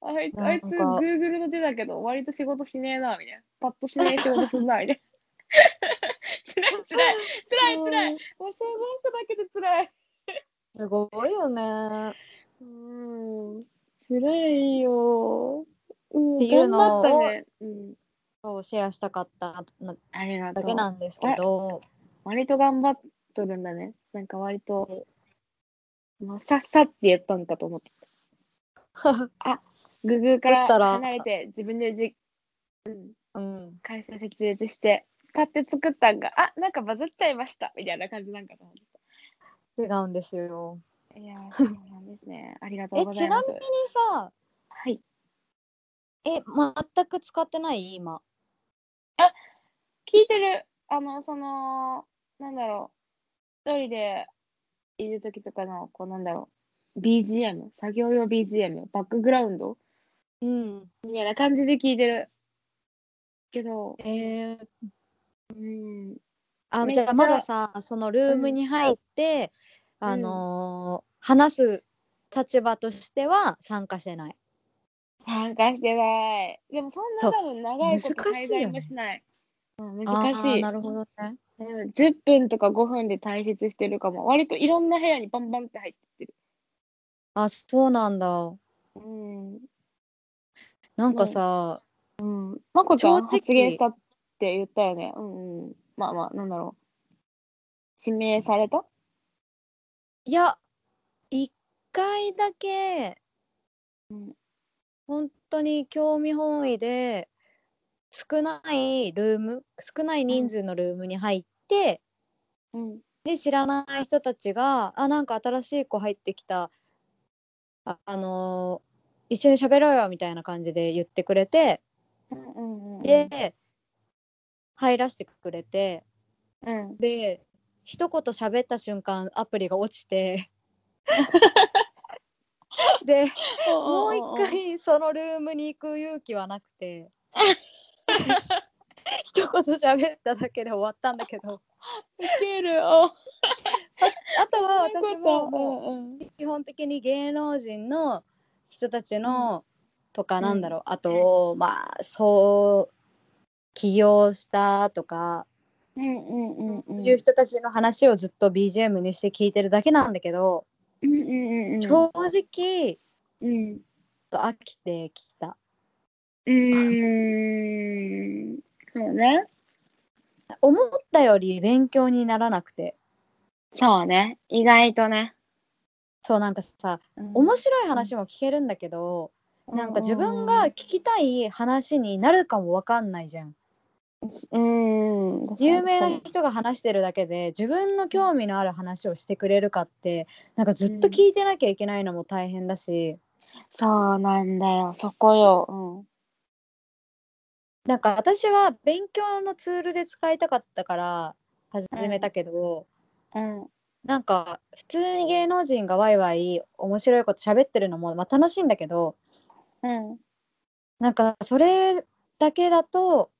あい
なんか
あいつ、Google の手だけど、割と仕事しねえな、みたいな。パッとしない仕事すんな、みたいな。辛い辛い辛い辛いもう想像しただけで辛い。
すごいよね。っ
うん。辛いよ。うん、
ていうのを
頑張ったね。うん。
そうシェアしたかったな
ありがと
だ
う。
けなんですけど
割と頑張っとるんだね。なんか割と、まあ、さっさって言ったんかと思 って。あ、グーグーか
だった
ら
ら
離れて自分でじ、うん、
うん
会社設立して、買って作ったんが、あ、なんかバズっちゃいましたみたいな感じなんかと思っ
違うんですよ。
て。いやー、そうなんです ね。ありがとう
え
ござ
ち
いま
な
す
み。にさ
はい。
え全く使ってない今。
聞いてる、あの、その、なんだろう、一人でいる時とかの、こう、なんだろう、BGM、作業用 BGM、バックグラウンド
うん、
みたいな感じで聞いてる。けど、
えー、
うん、
あ
めっ
じ
ちゃ
ゃあまださそのルームに入って、
うん
あのー話す立場としては参加してない。
参加してない。でもそんな
そう
多分長いこと
難し
滞
いよ
在
ね
もしない。うん、難し
あー
い。
なるほどね。
うん10分とか5分で退出してるかも。割といろんな部屋にバンバンって入ってる。
あそうなんだ。
うん。
なんかさ、
うん。まこちゃん
正直
発言したって言ったよね。うんうん。まあまあ、なんだろう。指名された
いや一回だけ
うん。
本当に興味本位で少ないルーム少ない人数のルームに入って、
うん。
で知らない人たちが「あなんか新しい子入ってきたあ、あのー一緒に喋ろうよ」みたいな感じで言ってくれて
うんうんうん。
で、、入らせてくれて
うん。
で一言喋った瞬間アプリが落ち て でもう一回そのルームに行く勇気はなくて一言喋っただけで終わったんだけど
けるあ
あとは私もも
も、うんうん、
う基本的に芸能人の人たちのとかなんだろう、あとまあそう起業したとか、
うんうんうんうん
そういう人たちの話をずっと BGM にして聞いてるだけなんだけど、
うんうんうんうん
正直
うん
ちょっと飽きてきた
うーんそうね
思ったより勉強にならなくて
そうね意外とね、
そうなんかさ
うん
面白い話も聞けるんだけど、なんか自分が聞きたい話になるかもわかんないじゃん。
うんうん
有名な人が話してるだけで自分の興味のある話をしてくれるかってなんかずっと聞いてなきゃいけないのも大変だし、
そうなんだよそこよ、
なんか私は勉強のツールで使いたかったから始めたけ
うん
ど、
うん、
なんか普通に芸能人がワイワイ面白いこと喋ってるのも、まあ、楽しいんだけど、
うん
なんかそれだけだと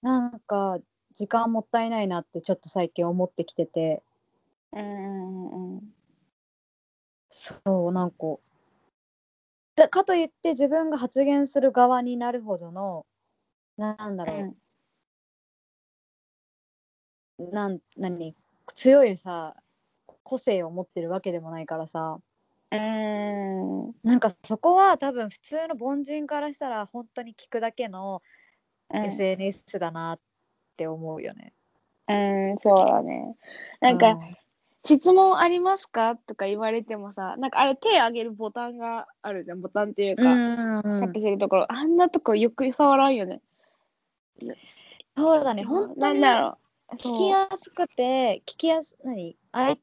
なんか時間もったいないなってちょっと最近思ってきてて
うんうん
そうなんかだかといって自分が発言する側になるほどのなんだろう、なん何強いさ個性を持ってるわけでもないからさ
うんうん
なんかそこは多分普通の凡人からしたら本当に聞くだけの SNS だなって思うよね。
うんそうだねなんか、
う
質問ありますかとか言われてもさなんかあれ手挙げるボタンがあるじゃんボタンっていうか、
うんうん
タ
う
ッ
ん
プするところあんなとこよく触らんよね
そうだね本当
なん
に
だろう
聞きやすくて聞きやす何あい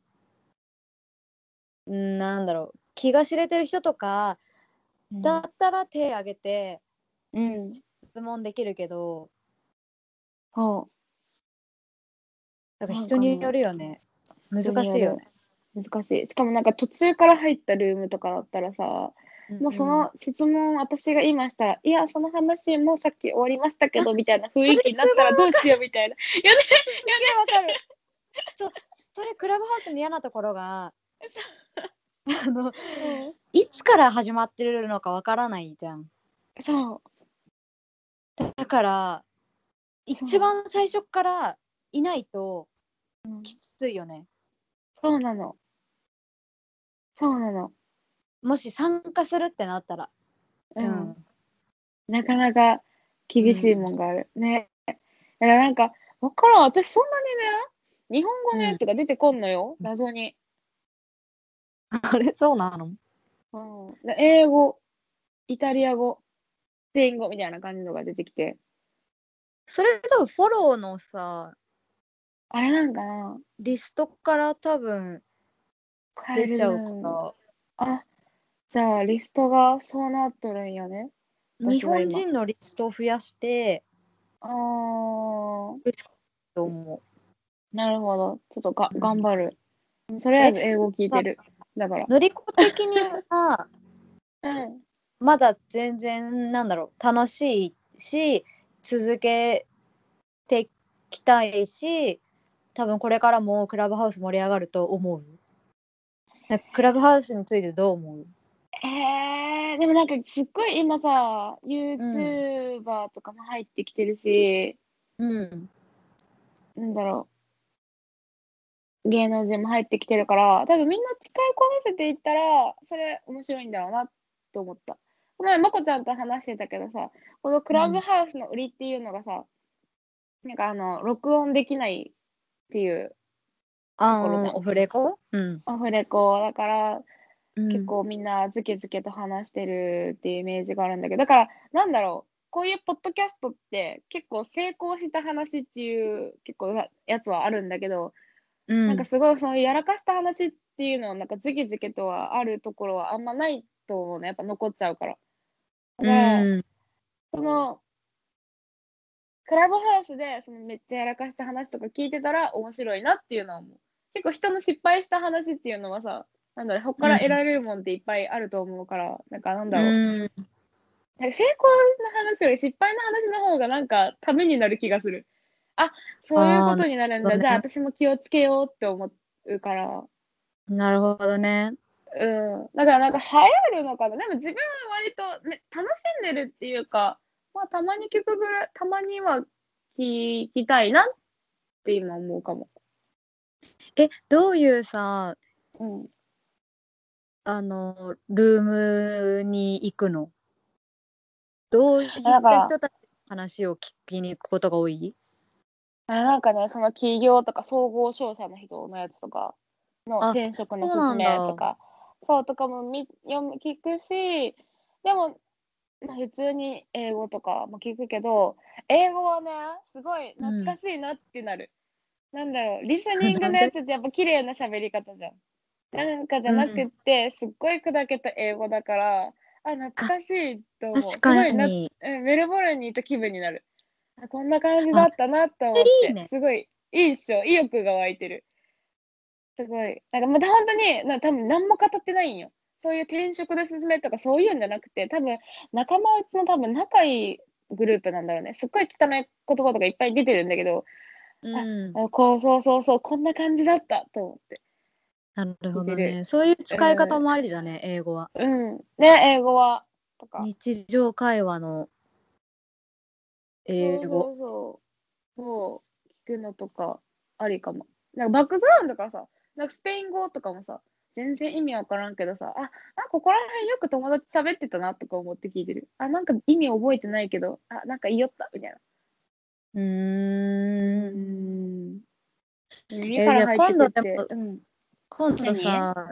うんなんだろう気が知れてる人とか
そう
だったら手挙げて
うん
質問できるけど
そ
だから
なん
人
かね
によるよね難
人
しい
によ
よ
る
ね。
う難しいしかもなんか途中から入ったルームとかだったらさもうその質問私が今したら、いやその話もうさっき終わりましたけどみたいな雰囲気になったらどうしようみたいな
わかるそうそれクラブハウスの嫌なとこ ろがあのいつから始まってるのかわからないじゃん。
そう
だから一番最初からいないと
うん
きついよね。
そうなのそうなの
もし参加するってなったら、
うんなかなか厳しいもんがある、ねだからなんか分からん私そんなにね日本語のやつが出てこんのよ、
うん
謎に、
あれそうなの
うん、だ英語イタリア語スペイン語みたいな感じのが出てきて
それ多分フォローのさ
あれなんかな
リストから多分
変え
出
る
ちゃうか
の
ら、
あじゃあリストがそうなっとるんよね
日本人のリストを増やして
あー
と思
なるほどちょっとが
うん
頑張るとりあえず英語聞いてるだから
うのりこ的には
うん
まだ全然なんだろう楽しいし続けていきたいし多分これからもクラブハウス盛り上がると思うなんかクラブハウスについてどう思う
えー、でもなんかすっごい今さ YouTuber とかも入ってきてるし、
うん
なんだろう芸能人も入ってきてるから多分みんな使いこなせていったらそれ面白いんだろうなと思ったこの前まこちゃんと話してたけどさこのクラブハウスの売りっていうのがさ、なんかあの録音できないっていう
あ
ところね
ーオフレコうん
アフレコだから
結
結構みんなズケズケと話してるっていうイメージがあるんだけどだからなんだろうこういうポッドキャストって結構成功した話っていう結構なやつはあるんだけど、
うん
なんかすごいそのやらかした話っていうのはなんかズケズケとはあるところはあんまないと思うねやっぱ残っちゃうから。だから
うん
そのクラブハウスでそのめっちゃやらかした話とか聞いてたら面白いなっていうのは思う結構人の失敗した話っていうのはさなんだろう他から得られるもんっていっぱいあると思うから、なんかなんだろう、
うん
なんか成功の話より失敗の話の方がなんかためになる気がする。あそういうことになるんだ。
あーなるほどね
じゃあ私も気をつけようって思うから。
なるほどね。
うん。だからなんか流行るのかな。でも自分は割と、ね、楽しんでるっていうか、まあたまに聞くぐらい、たまには聞きたいなって今思うかも。
えどういうさ
うん。
あのルームに行くのどういっ
なんか
た人たちの話を聞きに行くことが多い
あなんかね、その企業とか総合商社の人のやつとかの
あ
転職の
そうな
勧
ん
め
だ
とかそうとかもみ読む聞くしでも、まあ、普通に英語とかも聞くけど英語はねすごい懐かしいなってなる、なんだろうリスニングのやつってやっぱ綺麗な喋り方じゃんなんかじゃなくて、すっごい砕けた英語だからあ懐かしいと思う
確か
すごいな
に
うんメルボルンにいた気分になる。あこんな感じだったなって思っ
あ
て、
いいね
すごいいいっしょ、意欲が湧いてる。すごい。なんかまた本当に、な多分何も語ってないんよ。そういう転職で進めとかそういうんじゃなくて、多分仲間内の多分仲いいグループなんだろうね。すっごい汚い言葉とかいっぱい出てるんだけど、
うん
あこうそうそうそう、こんな感じだったと思って。
なるほ
聞
ど
いて
ねそういう使い方もありだね、英語は
うん。ね、英語は。とか。
日常会話の英語
そうそうそうそう聞くのとかありかもなんかバックグラウンドからさなんかスペイン語とかもさ全然意味わからんけどさああここら辺よく友達喋ってたなとか思って聞いてるあなんか意味覚えてないけどあなんか言いよったみたいなう
うーん
ん耳から入ってくって
じゃあ今度
うん
今度さ、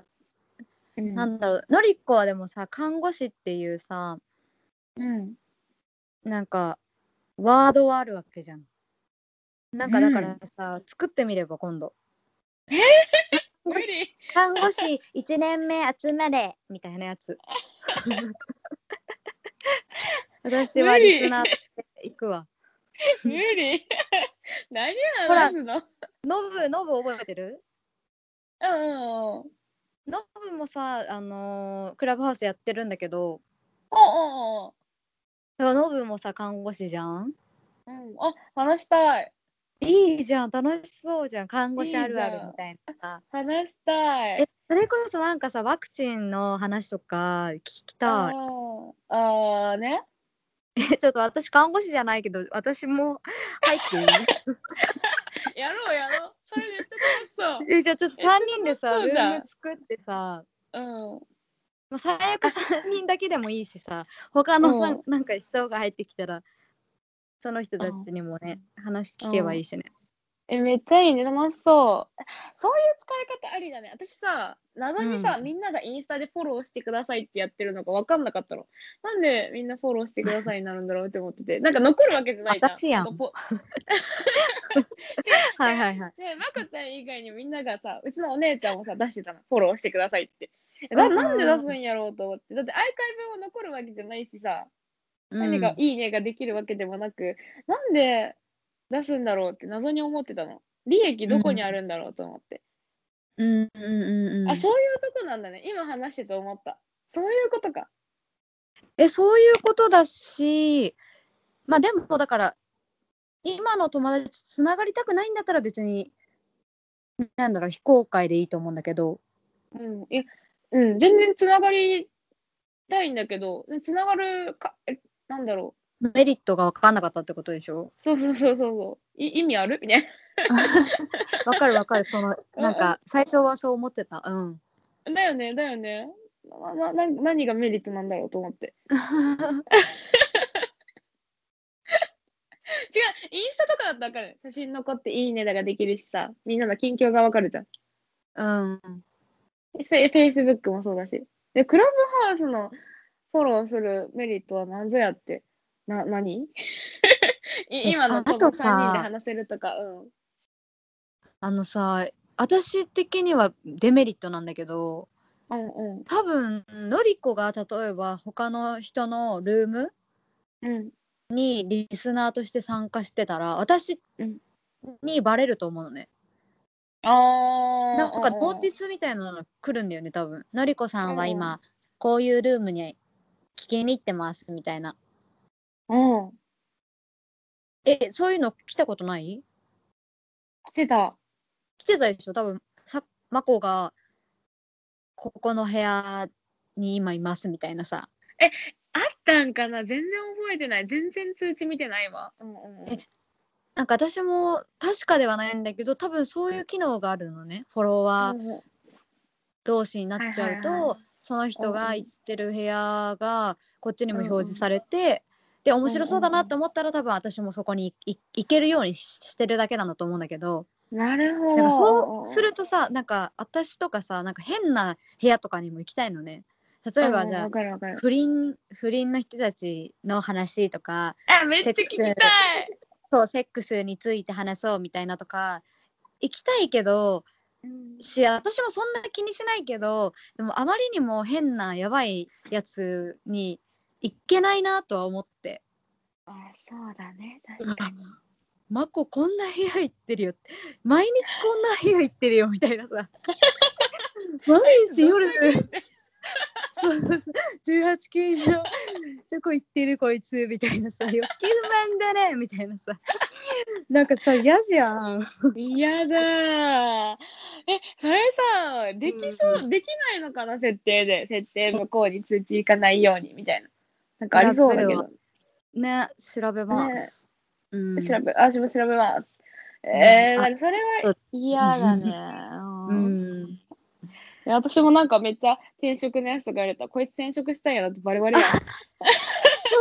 うん
なんだろうのりっこはでもさ看護師っていうさ
うん
なんかワードはあるわけじゃんなんかだか
う
らさ、作ってみれば今度
無理
看 護師1年目集まれみたいなやつ私はリスナーで行くわ
無理 何
ほら
話すの
ノブノブ覚えてる
うんうんうん
ノブもさあのークラブハウスやってるんだけど
お
だからノブもさ看護師じゃん
うんうんうんあ話したい
いいじゃん楽しそうじゃん看護師あるあ
いいじゃ
る
ん
みたいなさ
話したい
えそれこそなんかさワクチンの話とか聞きたい
あーあーね。
えちょっと私看護師じゃないけど私も入っていい
やろうやろう。それ絶対楽し
えじゃあちょっと3人でさ
え
ル
そうだ
ーム作ってさ
そう。
まあ最悪3人だけでもいいしさ他のさ、
うん
なんか人が入ってきたらその人たちにもね、話聞けばいいしね、
うん。えめっちゃいいね楽しそう。そういう使い方ありだね。私さ謎にさ、
うん
みんながインスタでフォローしてくださいってやってるのが分かんなかったの。なんでみんなフォローしてくださいになるんだろうって思ってて。なんか残るわけじゃないじゃん。
私やん
なんかポ
はいはいはい
ねえ、まこちゃん以外にみんながさ、うちのお姉ちゃんもさ、出してたの、フォローしてくださいって。な
うんうんうん
なんで出すんやろうと思って、だってアーカイブも残るわけじゃないしさ、何か
うん
いいねができるわけでもなく、なんで出すんだろうって謎に思ってたの。利益どこにあるんだろうと思って。
うんうんうんうん
あ、そういうとこなんだね。今話してて思った。そういうことか。
えそういうことだしまあでもだから今の友達とつながりたくないんだったら別になんだろう非公開でいいと思うんだけど
うん、いや、うん、全然つながりたいんだけど、つながるか、えなんだろ
メリットが分かんなかったってことでしょ
う。そうそうそうそうそう。い意味あるみたいな。
わかるわかるその
うん
なんか最初はそう思ってたうん
だよねだよねななな何がメリットなんだろうと思って違うインスタとかだったら分かる写真残って「いいね」だができるしさみんなの近況が分かるじゃん
うん
フェイスブックもそうだしでクラブハウスのフォローするメリットは何ぞやってな何 い今のこ
ああ
の3
とさ
人で話せるとかうん
あのさ私的にはデメリットなんだけど
うんうん
多分のりこが例えば他の人のルーム
うん
にリスナーとして参加してたら私
うん
にバレると思うのね、
あー
なんか
うんうん
ノーティスみたいなのが来るんだよね多分のりこさんは今こういうルームに聞きに行ってますみたいな
うん。
えそういうの来たことない
来てた。
来てたでしょ多分さマコがここの部屋に今いますみたいなさ
あったんかな全然覚えてない。全然通知見てないわ。うんうんうん
えなんか私も確かではないんだけど多分そういう機能があるのねフォロワー
うんうん
同士になっちゃうと、
はいはいは
その人が行ってる部屋がこっちにも
うんうん
表示されて、で面白そうだなと思ったら多分私もそこにい行けるようにししてるだけなんだと思うんだけど
なるほ
なん
ど。
かそうするとさなんか私とかさなんか変な部屋とかにも行きたいのね。例えばじ
うんうん
ゃあ
わかるわかる。
不倫不倫の人たちの話とか
あ、めっちゃ聞きたい
セック。そうセックスについて話そうみたいなとか行きたいけど
うん
し私もそんな気にしないけどでもあまりにも変なやばいやつに行けないなとは思って
あ、そうだね。確かに。
「マコこんな部屋行ってるよ」って「毎日こんな部屋行ってるよ」みたいな さ毎日 夜そうそうそう18禁のどこ行ってるこいつみたいなさ余計不満だねみたいなさなんかさ嫌じゃん。
嫌だーえそれさできそう、
う
できないのかな設定で設定向こうに通知行かないようにみたいななんかありそうだけど
調ね調べます。うん
調べあ自分調べますえー、
うんあ
なんかそれは嫌だねう
う
ん
ん、
いや私もなんかめっちゃ転職のやつとか言われたらこいつ転職したいやなってバレバレや ん
そう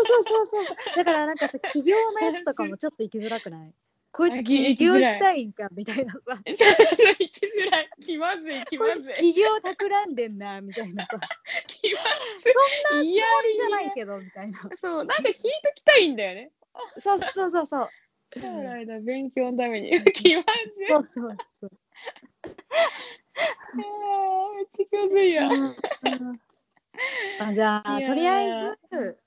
そうそうそうそうだからなんかさ起業のやつとか もちょっと行きづらくないこい
あ
つ
行き
起
行きづ
業
らい
したいんかみたいなさ
えそうそう行きづらい気まずい気
こ
ま
い
ず
つ
い
起業企んでんなみたいなさ
気まずいそんなつもり
じゃないけどみたいな
そうなんか聞いときたいんだよね
そうそうそうそう
将来の勉強のために 気まずい
そうそうそう
あーめっちゃ気まずいや。
あじゃあ
いやー
とりあえず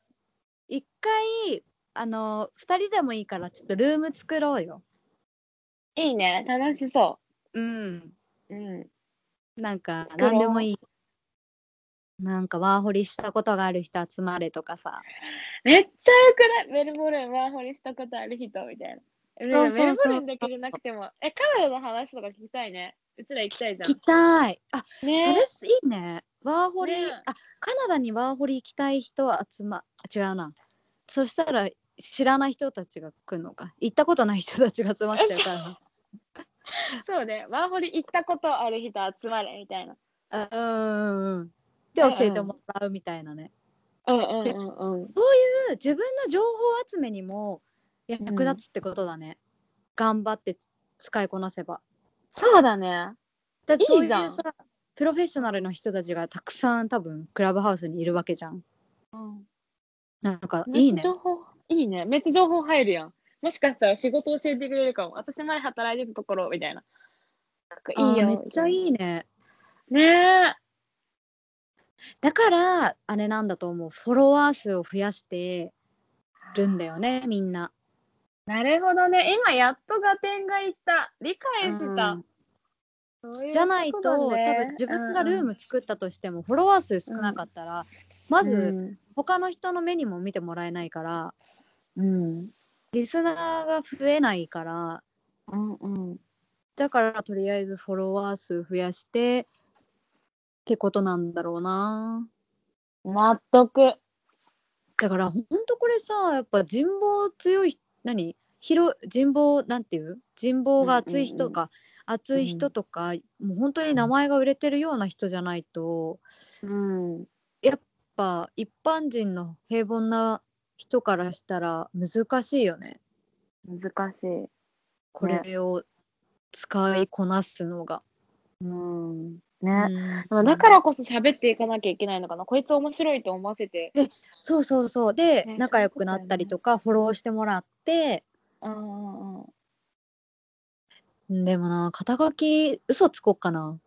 一回あの二人でもいいからちょっとルーム作ろうよ
いいね、楽しそ
うん
う。うん。
なんか
作ろう
何でもいいなんかワーホリしたことがある人集まれとかさ
めっちゃよくないメルボルンワーホリしたことある人みたいな。
そうそうそう
メルボルンだけじゃなくても、え、カナダの話とか聞きたいね。うちら行きたいじゃ
行きたいあ
ん。ね
それすいいねワーホリ、
ね
あカナダにワーホリ行きたい人は集まあ違うなそしたら知らない人たちが来るのか行ったことない人たちが集まっちゃうから
そうね、ワーホリ行ったことある人集まれみたいな。
あうんうんうんで教えてもらうみたいなね、
うんうんうんうん。
そういう自分の情報集めにも役立つってことだね、頑張って使いこなせば
そうだね。
だってそう
い
い
いうじゃ
さ
ん
プロフェッショナルの人たちがたくさん多分クラブハウスにいるわけじゃん
うん、
なんか
め
い
っち
い
ゃ
ね
情報いいね。めっちゃ情報入るやん。もしかしたら仕事教えてくれるかも。私前働いてたところみたいな。なんかいい
あー
よ。
めっちゃい
み
いね
たいな。ねえ。
だからあれなんだと思うフォロワー数を増やしてるんだよねみんな
なるほどね。今やっと合点がいった。理解した。
うん
そうう
じゃないと
こだ
多
ね
分自分がルーム作ったとしてもフォロワー数少なかったらま
うんう
ず
ん
他の人の目にも見てもらえないから
うん
リスナーが増えないから
うんうん
だからとりあえずフォロワー数増やしてってことなんだろうな
納得。
だからほんとこれさやっぱ人望強い人何広人望なんていう人望が厚い人とか、厚い人とか、もう本当に名前が売れてるような人じゃないと
うん。
やっぱ一般人の平凡な人からしたら難しいよね
難しい。
これを使いこなすのが。
うん。ね。
うん
でもだからこそ喋っていかなきゃいけないのかな。こいつ面白いと思わせて。
そうそうそうで、
ね
仲良くなったりとかフォローしてもらって
うんうんうん。
でもな肩書き嘘つこうかな。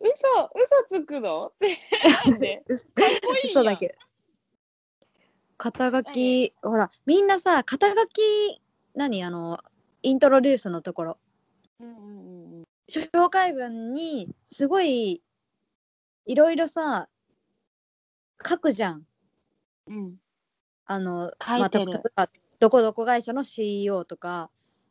嘘嘘つくのって。なんで
嘘
こいいやん
嘘だけど肩書きほらみんなさ肩書き何あのイントロデュースのところ
うんうんうん。
紹介文にすごいいろいろさ書くじゃん
うん
あの、
書いてる
まあ、た例えばどこどこ会社の CEO とか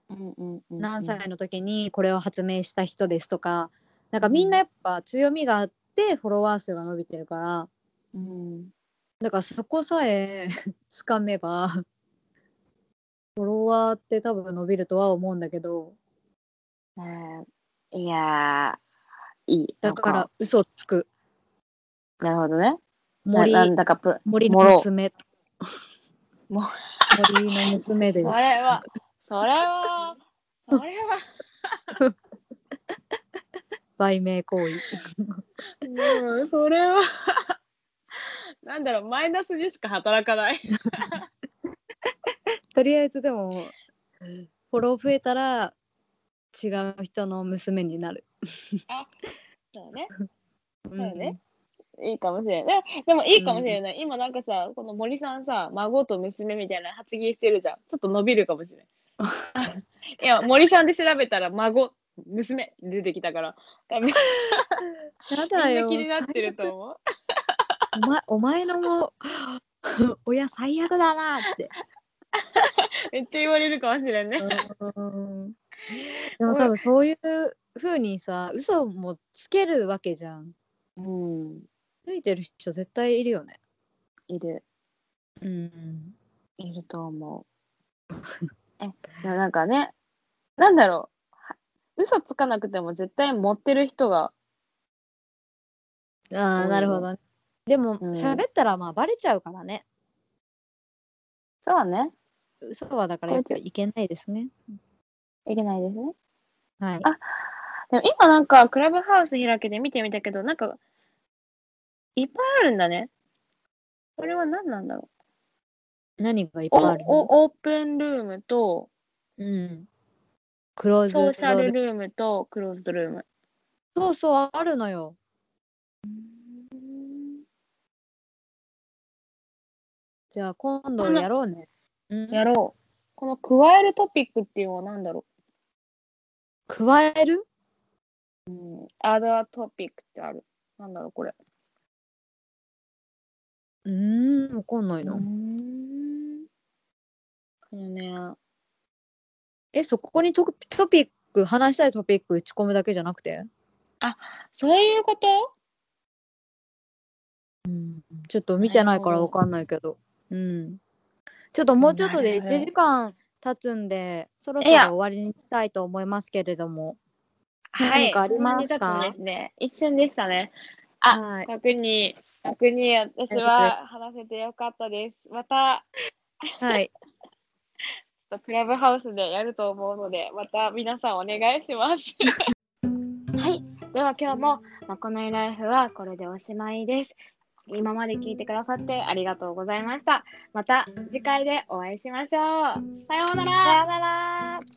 うんうんうん
何歳の時にこれを発明した人ですとかなんかみんなやっぱ強みがあってフォロワー数が伸びてるから
うん
だからそこさえ つかめばフォロワーって多分伸びるとは思うんだけど
ねえいやーいい
だから嘘つく
なんかなるほどね
森
ななんだかプロ
森の
もろ
娘
もろ
森の娘です
それはそれはそれは
売名行為
うんそれはなんだろうマイナスにしか働かない
とりあえずでもフォロー増えたら違う人の娘になる
そうね
そう
よねいいかもしれないででもいいかもしれない、今なんかさこの森さんさ孫と娘みたいな発言してるじゃんちょっと伸びるかもしれない いや森さんで調べたら孫娘出てきたから多分
ん。やだ
みん
よ
な気になってると思う
最悪お前お前のも 親最悪だなって。
めっちゃ言われるかもしれんね
でも多分そういう風にさ嘘もつけるわけじゃん。
うん
ついてる人絶対いるよね。
いる
うん。
いると思う。 え、でもなんかね、なんだろうは。嘘つかなくても絶対持ってる人が、
あ
う
あ
ん
なるほどね。でも
うん
喋、ったらまあバレちゃうからね。
そうね、
嘘はだからやっぱいけないですね。
いけないですね。
はい。
あでも今なんか、クラブハウス開けて見てみたけど、なんか、いっぱいあるんだね。これは何なんだろ
何がいっ
う。
ぱ
お
いあるの？
おオープンルームと、
うん。クローズ
ソ
ド
ーシャルルームと、クローズドルーム。
そうそうあるのよ。じゃあ今度やろうね。うん
やろう。この加えるトピックっていうのは何だろう。
加える
アダートピックってある。なんだろう、これ。
うーん、わかんないうな。
ん。このね、
え、そこにトトピック、話したいトピック打ち込むだけじゃなくて、
そういうこと
うん、ちょっと見てないからわかんないけど。うん。ちょっともうちょっと
なる
で
ほど
1時間経つんで、そろそろ終わりにしたいと思いますけれども。何かありますか
そんなに経つんですね。一瞬でしたね。あ
はい。
特に、特に私は話せてよかったです。また、
はい。
クラブハウスでやると思うので、また皆さんお願いします。はい。では今日も、まこのいライフはこれでおしまいです。今まで聞いてくださってありがとうございました。また次回でお会いしましょう。さようなら。
うなら